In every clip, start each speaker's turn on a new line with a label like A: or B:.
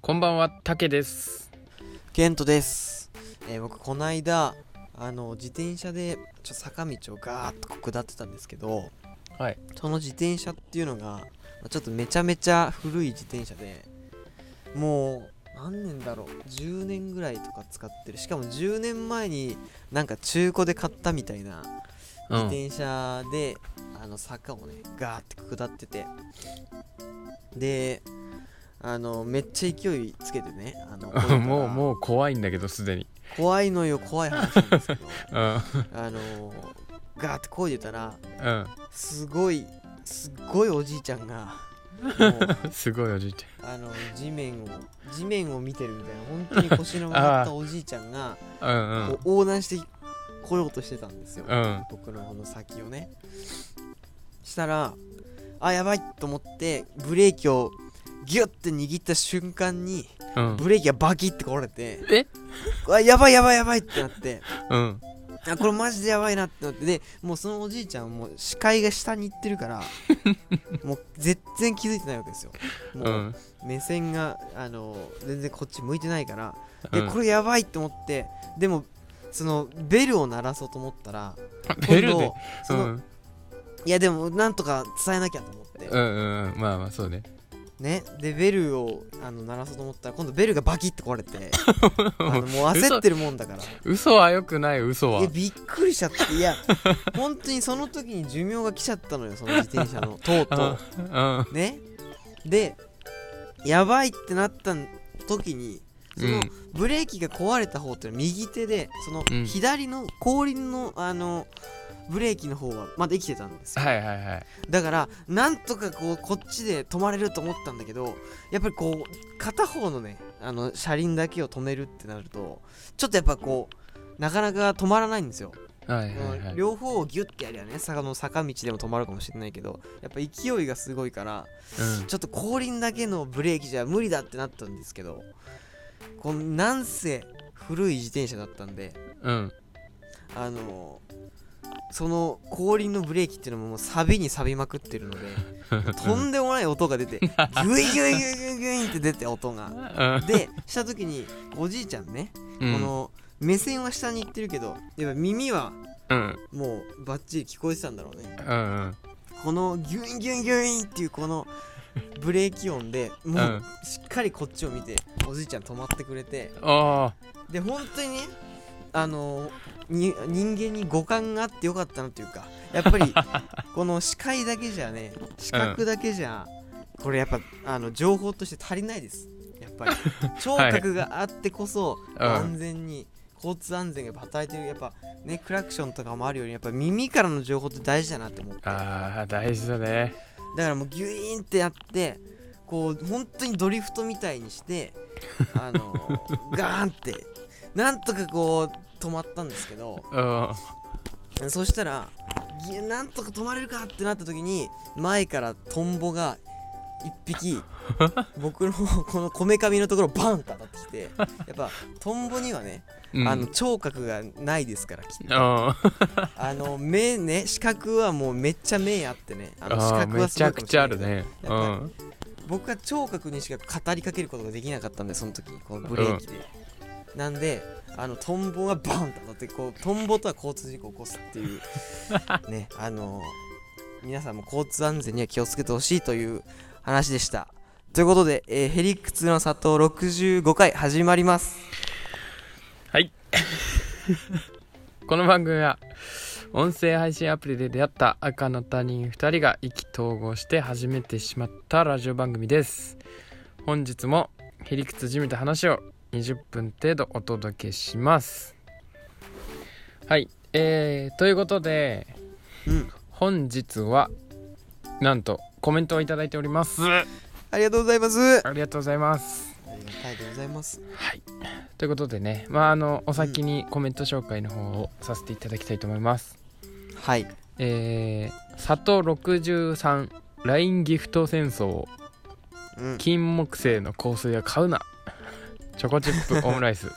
A: こんばんは、たけです。
B: ケントです、えー僕この間あの自転車でちょ坂道をガーッとこう下ってたんですけど
A: はい
B: その自転車っていうのがちょっとめちゃめちゃ古い自転車でもう何年だろう10年ぐらいとか使ってるしかも10年前になんか中古で買ったみたいな
A: う
B: 自
A: ん。
B: 転車で、あの坂をねガーって下っててであのめっちゃ勢いつけてね あの
A: もう、
B: う
A: もう怖いんだけど、すでに。
B: 怖いのよ怖い話なんですけど
A: うん。うん。
B: あのガーってこいでたら
A: うん
B: すごいすっごいおじいちゃんがもう
A: すごいおじいち
B: あの地面を地面を見てるみたいな本当に腰の曲がったおじいちゃんが
A: ゃん。うん
B: こう横断してこようとしてたんですよ、
A: うん
B: 僕のこの先をねしたらあやばいと思ってブレーキをギュッて握った瞬間に
A: うん。うん。
B: ブレーキがバキッて折れて
A: え
B: あやばいやばいやばいってなって
A: うん。
B: あこれマジでやばいなってなってでもうそのおじいちゃんはもう視界が下に行って るからもう全然気づいてないわけですよも
A: う。
B: うん目線があの全然こっち向いてないからで
A: うん
B: これやばいって思ってでもそのベルを鳴らそうと思ったら
A: ベル
B: 今
A: で
B: 度。
A: う
B: その、
A: ん。
B: いやでもなんとか伝えなきゃと思って、
A: うんうんうん。まあまあ、そうね。
B: ねでベルをあの鳴らそうと思ったら今度ベルがバキッて壊 れてあのもう焦ってるもんだから
A: 嘘は良くない、嘘は
B: え。びっくりしちゃっていや 本当にその時に寿命が来ちゃったのよその自転 車のとうと
A: うん。うん
B: うねでやばいってなった時にその
A: うん
B: ブレーキが壊れた方っていうのは右手でその
A: うん
B: 左の後輪のあのブレーキの方はまだ生きてたんですよ
A: はいはいはい。
B: だからなんとかこうこっちで止まれると思ったんだけどやっぱりこう片方のねあの車輪だけを止めるってなるとちょっとやっぱこうなかなか止まらないんですよ
A: はいはいはい。
B: 両方をギュッてやりゃね坂の坂道でも止まるかもしれないけどやっぱ勢いがすごいから
A: うん
B: ちょっと後輪だけのブレーキじゃ無理だってなったんですけどこのなんせ古い自転車だったんで
A: うん。
B: あのその後輪のブレーキっていうのももう錆びに錆びまくってるので とんでもない音が出てギュイギュイギュイギュイギュインって出て音が
A: うん。
B: でした時におじいちゃんね、
A: うん
B: この目線は下に行ってるけどやっぱ耳は
A: うん。
B: もうバッチリ聞こえてたんだろうね
A: うんうん。
B: このギュインギュインギュインっていうこ のブレーキ音でも
A: うん
B: うしっかりこっちを見ておじいちゃん止まってくれて
A: あ
B: で本当にねあのに人間に五感があってよかったなというかやっ ぱりこの視界だけじゃね視覚だけじゃ、これやっぱあの情報として足りないですや っぱり聴覚があってこそ、
A: うん
B: 安全に交通安全が働いてるやっぱねクラクションとかもあるようにやっぱ耳からの情報って大事だなって思って
A: あ。ああ、大事だね。
B: だからもうギュイーンってやってこう本当にドリフトみたいにして あのガーンってなんとかこう止まったんですけど
A: うん。
B: そしたらギュなんとか止まれるかってなった時に前からトンボが1匹 僕のこのこめかみのところバンって当たってきてやっぱトンボにはね、
A: うん
B: あの聴覚がないですからきっと
A: うん
B: あの目ね視覚はもうめっちゃ目あってねあの
A: あ
B: 視
A: ー
B: 覚
A: め
B: はす
A: ち
B: ご
A: ゃ
B: いか
A: く
B: もしれ
A: ちゃ
B: な
A: あ
B: いけ
A: る
B: ど
A: ね。う
B: や
A: ん。
B: 僕は聴覚にしか語りかけることができなかったんでその時このブレーキで、なんであのトンボがバンと当たってこうトンボとは交通事故を起こすって いうねあの皆さんも交通安全には気をつけてほしいという話でしたということで、えーヘリックスの里65回始まります
A: はい。この番組は音声配信アプリで出会った赤の他人2人が意気投合して始めてしまったラジオ番組です。本日もへりくつじみた話を20分程度お届けします。はい。えー、ということで
B: うん
A: 本日はなんとコメントをいただいております。あ
B: ありがとうございますあ
A: りがとうございます。
B: りがたいでございます
A: はい、ということでね、まあ、あのお先にコメント紹介の方をさせていただきたいと思います。
B: はい
A: えー、里63ラインギフト戦争
B: うん
A: 金木犀の香水は買うな チョコチップオムライス、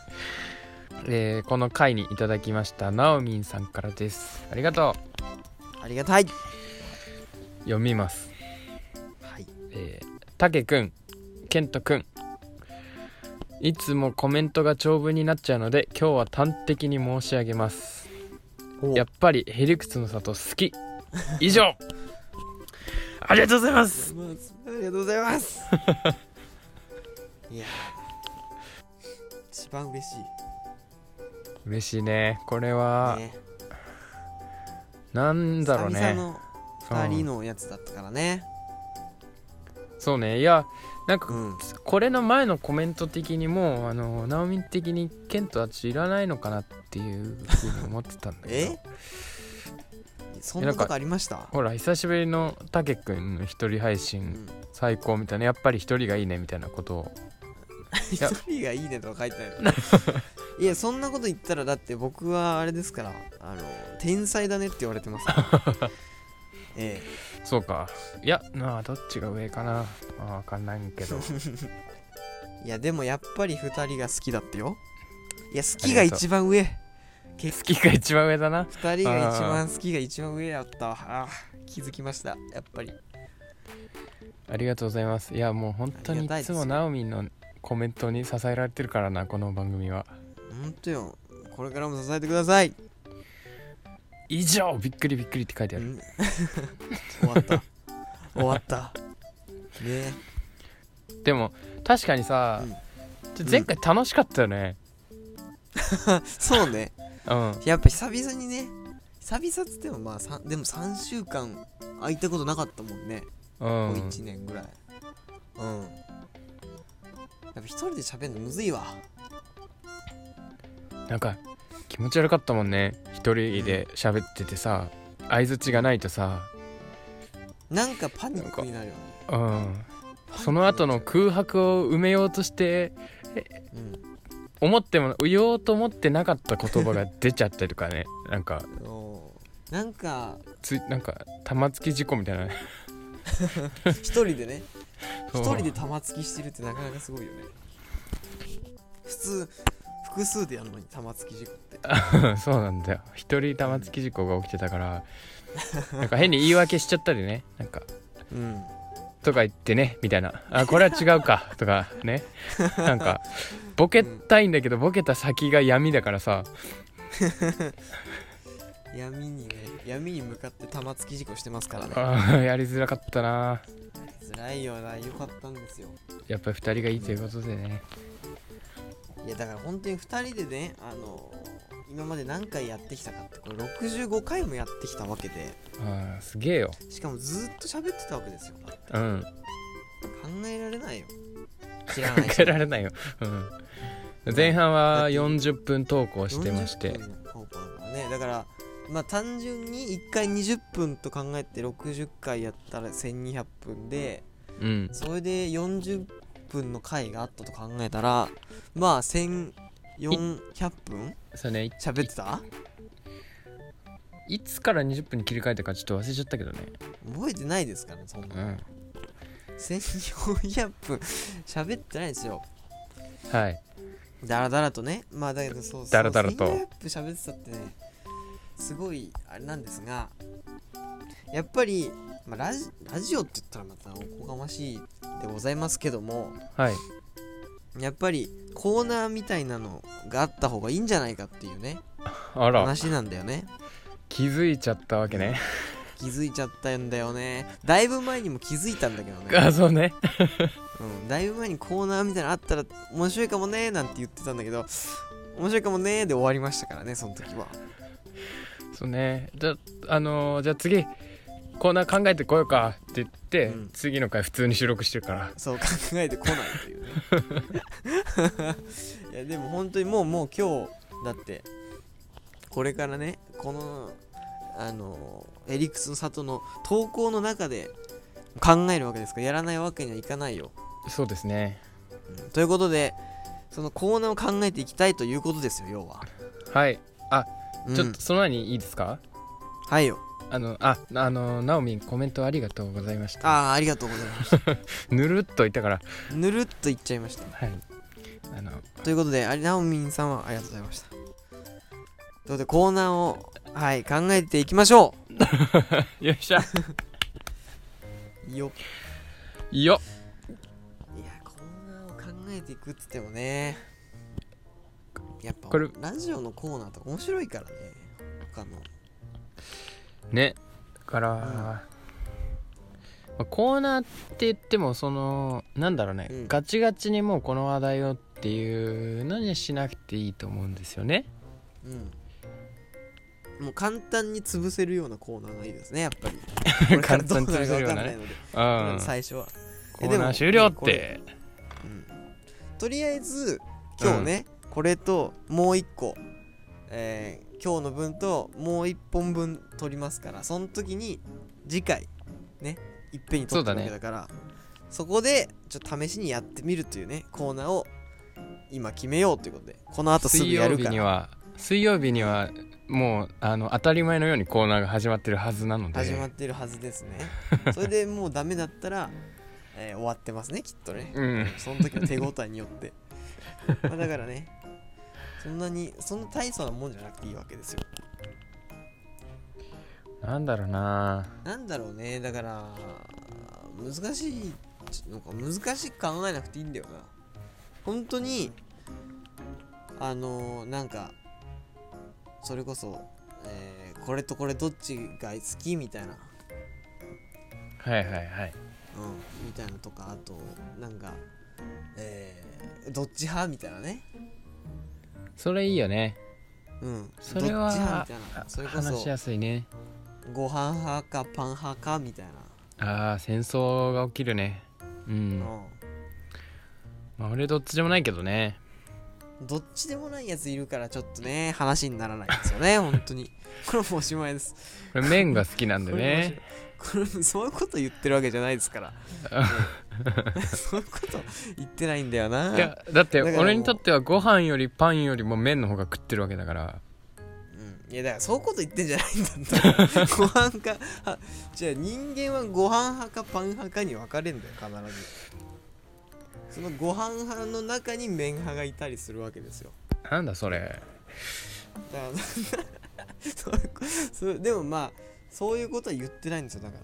A: えー、この回にいただきましたなおみんさんからですありがとう
B: ありがたい
A: 読みます
B: はい
A: えー、たけくんけんとくんいつもコメントが長文になっちゃうので今日は端的に申し上げます
B: お
A: やっぱりヘリクツの里好き以上 ありがとうございます
B: まあありがとうございますいやー一番嬉し
A: 嬉しいねこれ
B: い
A: は、
B: ね
A: なんだろう
B: 久
A: ね
B: 々の2人のやつだったからね
A: そうねいやなんか
B: うん
A: これの前のコメント的にもうあのナオミン的にケントたちいらないのかなっていうふうに思ってたんだけど
B: えそんなことありました
A: ほら久しぶりのたけくんの一人配
B: う
A: 信
B: ん
A: 最高みたいなやっぱり一人がいいねみたいなことを
B: 一
A: や
B: 人がいいねとか書いて ないいやそんなこと言ったらだって僕はあれですからあの天才だねって言わ れてますからえ
A: そうかいやなあどっちが上かなあ分かんないけど
B: えいやでもやっぱり2人が好きだってよいや好きが一番上
A: 好きが一番上だな
B: 2人が一番好きが一番上やったわあー気づきましたやっぱり
A: ありがとうございますいやもう本当に
B: ありがたい
A: い
B: で
A: つ
B: すよ
A: もナオミンのコメントに支えられてるからなこの番組は
B: ほんとよこれからも支えてください、
A: 以上びっくりびっくりって書いてあ
B: う
A: る
B: ん 終わった終わったねえ
A: でも確かにさ、
B: うん
A: ちょ前回楽しかったよね
B: そうね
A: うん、
B: やっぱ久々にね久々っつってもまあさんでも3週間空いたことなかったもんね、
A: うん
B: もう1年ぐらいうんやっぱ一人で喋るのむずいわ
A: なんか気持ち悪かったもんね一人で喋っててさ相づちがないとさ
B: なんかパニックになるよね
A: うんその後の空白を埋めようとして
B: うん
A: 思っても言おうと思ってなかった言葉が出ちゃったりとかね なんか
B: おーなんか
A: ついなんか玉突き事故みたいな
B: 一人でね
A: そう
B: 一人で玉突きしてるってなかなかすごいよね普通複数でやるのに玉突き事故って
A: そう なんだよ一人玉突き事故が起きてたからなんか変に言い訳しちゃったりねなんか
B: うん
A: とか言ってねみたいなあこれは違う かとかねなんかボケたいんだけどボケた先が闇だからさ
B: 闇にね闇に向かって玉突き事故してますからね
A: あーやりづらかったな
B: 辛いよなよかったんですよ
A: やっぱり2人がいいということでね
B: いやだから本当に2人でねあのー今まで何回やってきたかってこれ65回もやってきたわけで
A: あーすげえよ
B: しかもずっと喋ってたわけですよ考
A: うん
B: えられないよ知らない
A: 受けられないよ、うん、前半は40分投稿してまして
B: 40分の方向だからねだからまあ単純に1回20分と考えて60回やったら1200分で
A: うん
B: それで40分の回があったと考えたらまあ1400分
A: そうねい
B: 喋ってた
A: いつから20分に切り替えたかちょっと忘れちゃったけどね
B: 覚えてないですからねそんなの
A: うん
B: 1400分喋ってないですよ
A: はい
B: だらだらとねまあだけどそうそう
A: だらだらと
B: 1400分喋ってたってねすごいあれなんですがやっぱり、まあ、ラジラジオって言ったらまたおこがましいでございますけども
A: はい
B: やっぱりコーナーみたいなのがあった方がいいんじゃないかっていうね
A: あら
B: 話なんだよね
A: 気づいちゃったわけね
B: 気づいちゃったんだよねだいぶ前にも気づいたんだけど ね
A: あそうね
B: うん、だいぶ前にコーナーみたいなのあったら面白いかもねーなんて言ってたんだけど面白いかもねーで終わりましたからねその時は
A: そうねじゃあのーじゃあ次コーナー考えてこようかって言って、
B: うん
A: 次の回普通に収録してるから
B: そう考えてこないというね いやでも本当にもうもう今日だってこれからねこのあのエリクスの里の投稿の中で考えるわけですからやらないわけにはいかないよ、
A: そうですね
B: うんということでそのコーナーを考えていきたいということですよ要は、
A: はい
B: うん
A: ちょっとその前にいいですか、
B: はいよ
A: あのああのナオミンコメントありがとうございました
B: ああありがとうございます
A: ぬるっといたから
B: ぬるっといっちゃいました
A: はいあの
B: ということで、あれ、ナオミンさんはありがとうございました。ということで、コーナーを、はい、考えていきましょ
A: よっしゃ
B: うよ
A: よっ
B: いや、コーナーを考えていくっつってもねやっぱ
A: これ
B: ラジオのコーナーとか面白いからね他の
A: ねだから、まあコーナーって言ってもそのなんだろうね、
B: うん
A: ガチガチにもうこの話題をっていうのにしなくていいと思うんですよね
B: うんもう簡単に潰せるようなコーナーがいいですねやっ ぱりこれからどうなるか分かんないので、
A: うん
B: 最初は、
A: コーナー終了っ
B: これ
A: て
B: うんとりあえず今日ね、これともう一個えー今日の分ともう一本分取りますからその時に次回ねいっぺんに取ったわけだからそこでちょっと試しにやってみるというねコーナーを今決めようということでこの後すぐ
A: 水
B: や
A: 曜
B: る
A: 日
B: か
A: に
B: ら
A: は水曜日にはもうあの当たり前のようにコーナーが始まってるはずなので
B: 始まってるはずですねそれでもうダメだったら、えー終わってますねきっとね
A: うん
B: その時の手応えによってまあだからねそんなにそんな大層なもんじゃなくていいわけですよ
A: なんだろうな
B: なんだろうねだから難しいちょなんか難しく考えなくていいんだよな本当にあのーなんかそれこそ、えーこれとこれどっちが好きみたいな
A: はいはいはい
B: うん、みたいなとかあとなんか、えー、どっち派みたいなね、
A: それいいよね
B: うん、
A: それは
B: どっち派みたいなそれこ
A: 話し
B: そ
A: やすいね
B: ご飯派かパン派かみたいな、
A: あー戦争が起きるねうん、
B: う
A: まあ、俺どっちでもないけどね
B: ん、どっちでもないやついるからちょっとね話にならないですよ ね本当にこれもうおしまいです
A: これ麺が好き なんでね
B: これもそういうこと言ってるわけじゃないです からうんそういうこと言ってないんだよない
A: やだって
B: だからもう
A: 俺にとってはご飯よりパンよりも麺の方が食ってるわけだから
B: うん、いやだからそういうこと言ってんじゃないんだった らご飯かあじゃあ人間はご飯派かパン派かに分かれんだよ必ずそのご飯派の中に麺派がいたりするわけですよ
A: なんだそれ
B: だからそういうこそうでもまあそういうことは言ってないんですよだか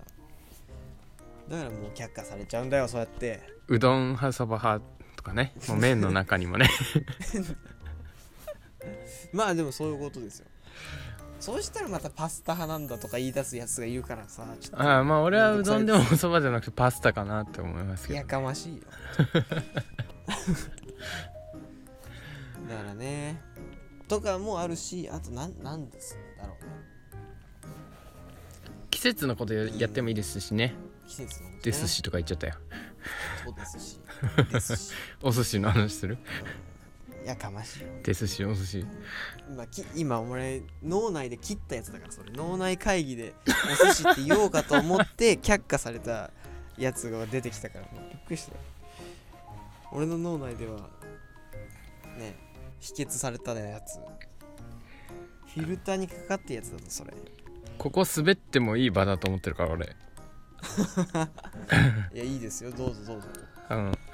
B: らだからもう却下されちゃうんだよそうやって
A: うどん派そば派とかねもう麺の中にもね
B: まあでもそういうことですよそうしたらまたパスタ派なんだとか言い出すやつがいるからさちょっ
A: ああまあ俺はうどんでもそばじゃなくてパスタかなって思います
B: と
A: け
B: や
A: ど
B: かましいよだからねとかもあるしあとなんなんですだろうね
A: 季節のことややってもいいですしね
B: 季節のことね
A: ですしとか言っちゃったよ
B: そうですしですし
A: お寿司の話する
B: やかましいよ
A: ですしお寿司
B: 今き今俺脳内で切ったやつだからそれ脳内会議でお寿司って言おうかと思って却下されたやつが出てきたからもうびっくりした俺の脳内ではね否決されたやつフィルターにかかってやつだぞそれ
A: ここ滑ってもいい場だと思ってるから俺
B: いやいいですよどうぞどうぞ
A: うん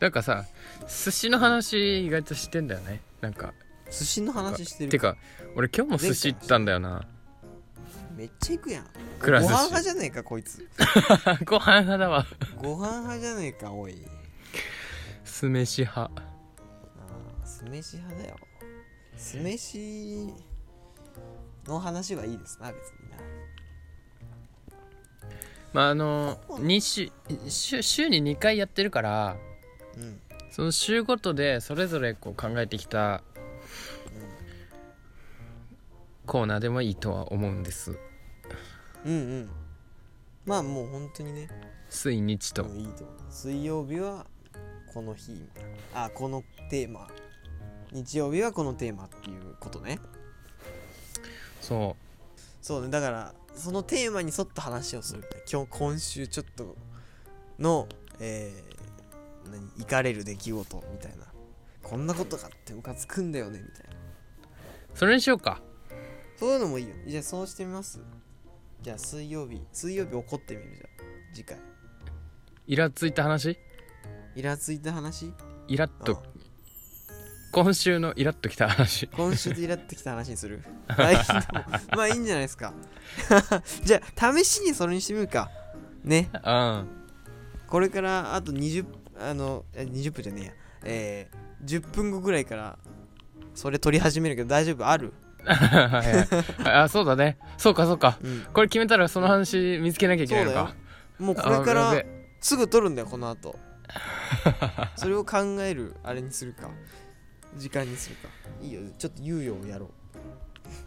A: なんかさ寿司の話意外としてんだよねなんか
B: 寿司の話してる
A: てか俺今日も寿司行ったんだよな
B: めっちゃ行くやん
A: く
B: ご
A: ら
B: 飯
A: 寿司
B: 派じゃねえかこいつ
A: ご飯派だわ
B: ご飯派じゃねえかおい
A: 酢飯派
B: ああ酢飯派だよ酢飯の話はいいですな別にな
A: まああの二週週週に2回やってるから
B: うん
A: その週ごとでそれぞれこう考えてきたコーナーでもいいとは思うんです
B: うんうんうんまあもう本当にね
A: 水日と
B: もういいと思う水曜日はこの日あこのテーマ日曜日はこのテーマっていうことね
A: そ
B: そうねだからそのテーマに沿った話をするみたいな今日今週ちょっとのえー、何イカれる出来事みたいなこんなことがあってムカつくんだよねみたいな
A: うそれにしようか
B: そういうのもいいよ。じゃあそうしてみますじゃあ水曜日、水曜日怒ってみるじゃん。次回。
A: イラついた話
B: イラついた話
A: イラッと
B: あ
A: 今週のイラッときた 話
B: 今週でイラってきた話に する。あいいと思うまあいいんじゃないですか。 じゃあ試しにそれにしてみるか。ね。
A: うん
B: これからあと20、あのえ20分じゃねえやえー、10分後ぐらいからそれ撮り始めるけど大丈夫ある
A: はいはいあそうだねそうかそうか
B: うん
A: これ決めたらその話見つけなきゃいけないのか
B: もうこ
A: あ
B: れか
A: やべ
B: ら
A: え
B: すぐ撮るんだよこの後 それを考えるあれにするか時間にするかいいよちょっと猶予をやろ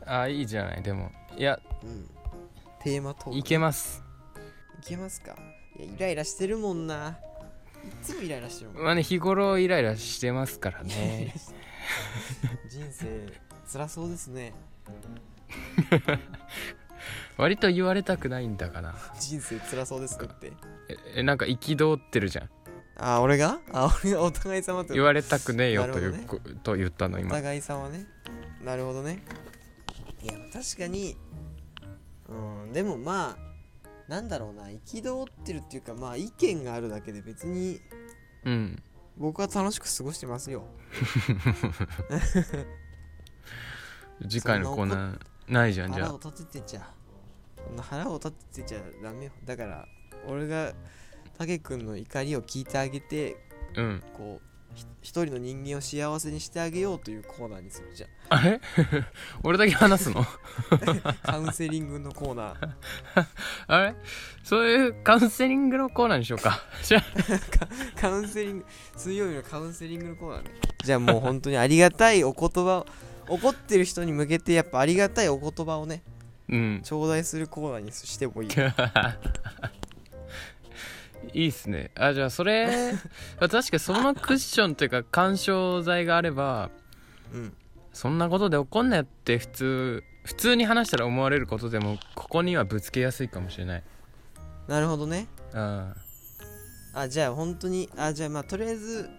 A: あいいじゃないでもいや
B: う、うん、テーマトーク
A: いけます
B: いけますかいやイライラしてるもんないっつもイライラしてるもん、
A: まあね日頃イライラしてますからね
B: 人生辛そうですね
A: 割と言われたくないんだから
B: 人生辛そうですねって
A: ええなんか憤ってるじゃん
B: あ俺があ俺がお互い様って
A: 言われたくねえよとい
B: なる
A: う、と言ったの
B: お
A: 今
B: 互い様ねなるほどねいや確かにうんでもまあなんだろうな憤ってるっていうかまあ意見があるだけで別に
A: うん
B: 僕は楽しく過ごしてますよ
A: 次回のコーナーないじゃんじゃ
B: 腹
A: あ
B: を立ててちゃそんな腹を立ててちゃダメよだから俺がたけくんの怒りを聞いてあげて
A: うん
B: こうひ一人の人間を幸せにしてあげようというコーナーにするじゃ
A: あれ 俺だけ話すの
B: んカウンセリングのコーナー
A: あれそういうカウンセリングのコーナーにしようかじゃあ
B: カウンセリング水曜日のカウンセリングのコーナーねじゃあもう本当にありがたいお言葉を怒ってる人に向けてやっぱありがたいお言葉をね
A: うん
B: 頂戴するコーナーにしてもいい
A: いいっすねあじゃあそ れ確かにそのクッションというか緩衝材があれば
B: うん
A: そんなことで怒んなよって普通普通に話したら思われることでもここにはぶつけやすいかもしれない
B: なるほどね
A: あ
B: あじゃあ本当にあじゃあまあとりあえず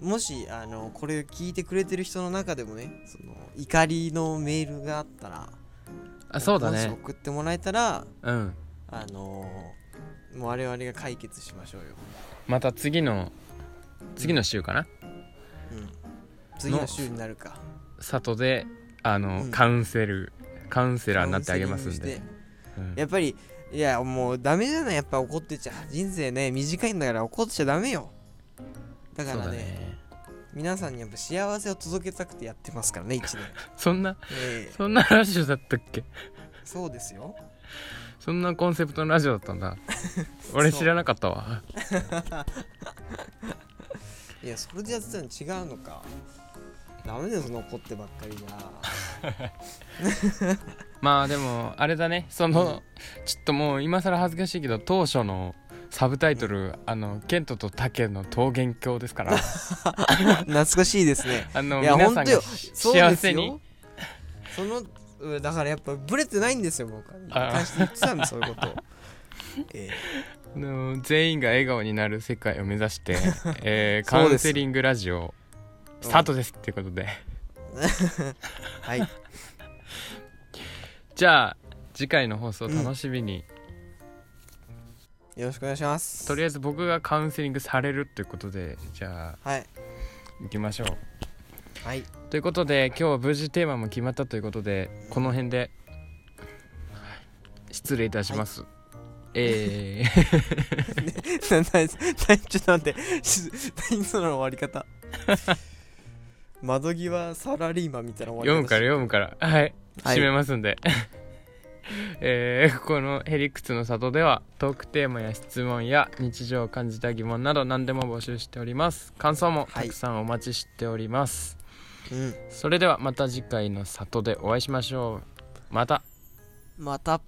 B: もしあのこれを聞いてくれてる人の中でもねその怒りのメールがあったら
A: あそうだ
B: も
A: ね
B: し送ってもらえたら
A: うん
B: あのー、もう我々が解決しましょうよ、
A: また次の次の週かな
B: うん、次の週になるか
A: 里であの、
B: うん
A: カウンセルカウンセラーになってあげますん
B: カウンセリ
A: で
B: ングし
A: うん
B: てやっぱりいやもうダメじゃないやっぱ怒ってちゃ人生ね短いんだから怒っちゃダメよだか
A: そう
B: ら
A: だ
B: ね
A: ね
B: 皆さんにやっぱ幸せを届けたくてやってますからね一年、
A: そんな
B: ええ
A: そんなラジオだったっけ
B: そうですよ
A: そんなコンセプトのラジオだったんだ俺
B: そう
A: 知らなかったわ
B: いやそれでやってたの違うのかダメだよその怒ってばっかりじゃ
A: まあでもあれだねその、
B: うん
A: ちょっともう今更恥ずかしいけど当初のサブタイトル、あのケントとタケの桃源郷です から
B: 懐かしいですね
A: あの
B: いや
A: 皆さん
B: 本当
A: が
B: よそう
A: 幸
B: です
A: せ
B: よ
A: に
B: そのうんだからやっぱブレてないんですよ僕は
A: あ
B: 関して言ってたんでそういうことをえ
A: あの全員が笑顔になる世界を目指 して、えーカ
B: そうです
A: ウンセリングラジオ スタートですっていうことで、
B: えはい
A: じゃあ次回の放送楽しみに、
B: よろしくお願いします
A: とりあえず僕がカウンセリングされるっていうことでじゃあ
B: はい
A: 行きましょう
B: はい
A: ということで今日は無事テーマも決まったということでこの辺で失礼いたします、 えー
B: なななちょっと待ってし何その終わり方 窓際サラリーマンみたいな終
A: 読
B: わり
A: む
B: 方
A: から読むからはい
B: はい
A: 締めますんで、 えーこの「ヘリクツの里」ではトークテーマや質問や日常を感じた疑問など何でも募集しております感想もたくさんお待ちしております、
B: うん
A: それではまた次回の里でお会いしましょうまた
B: また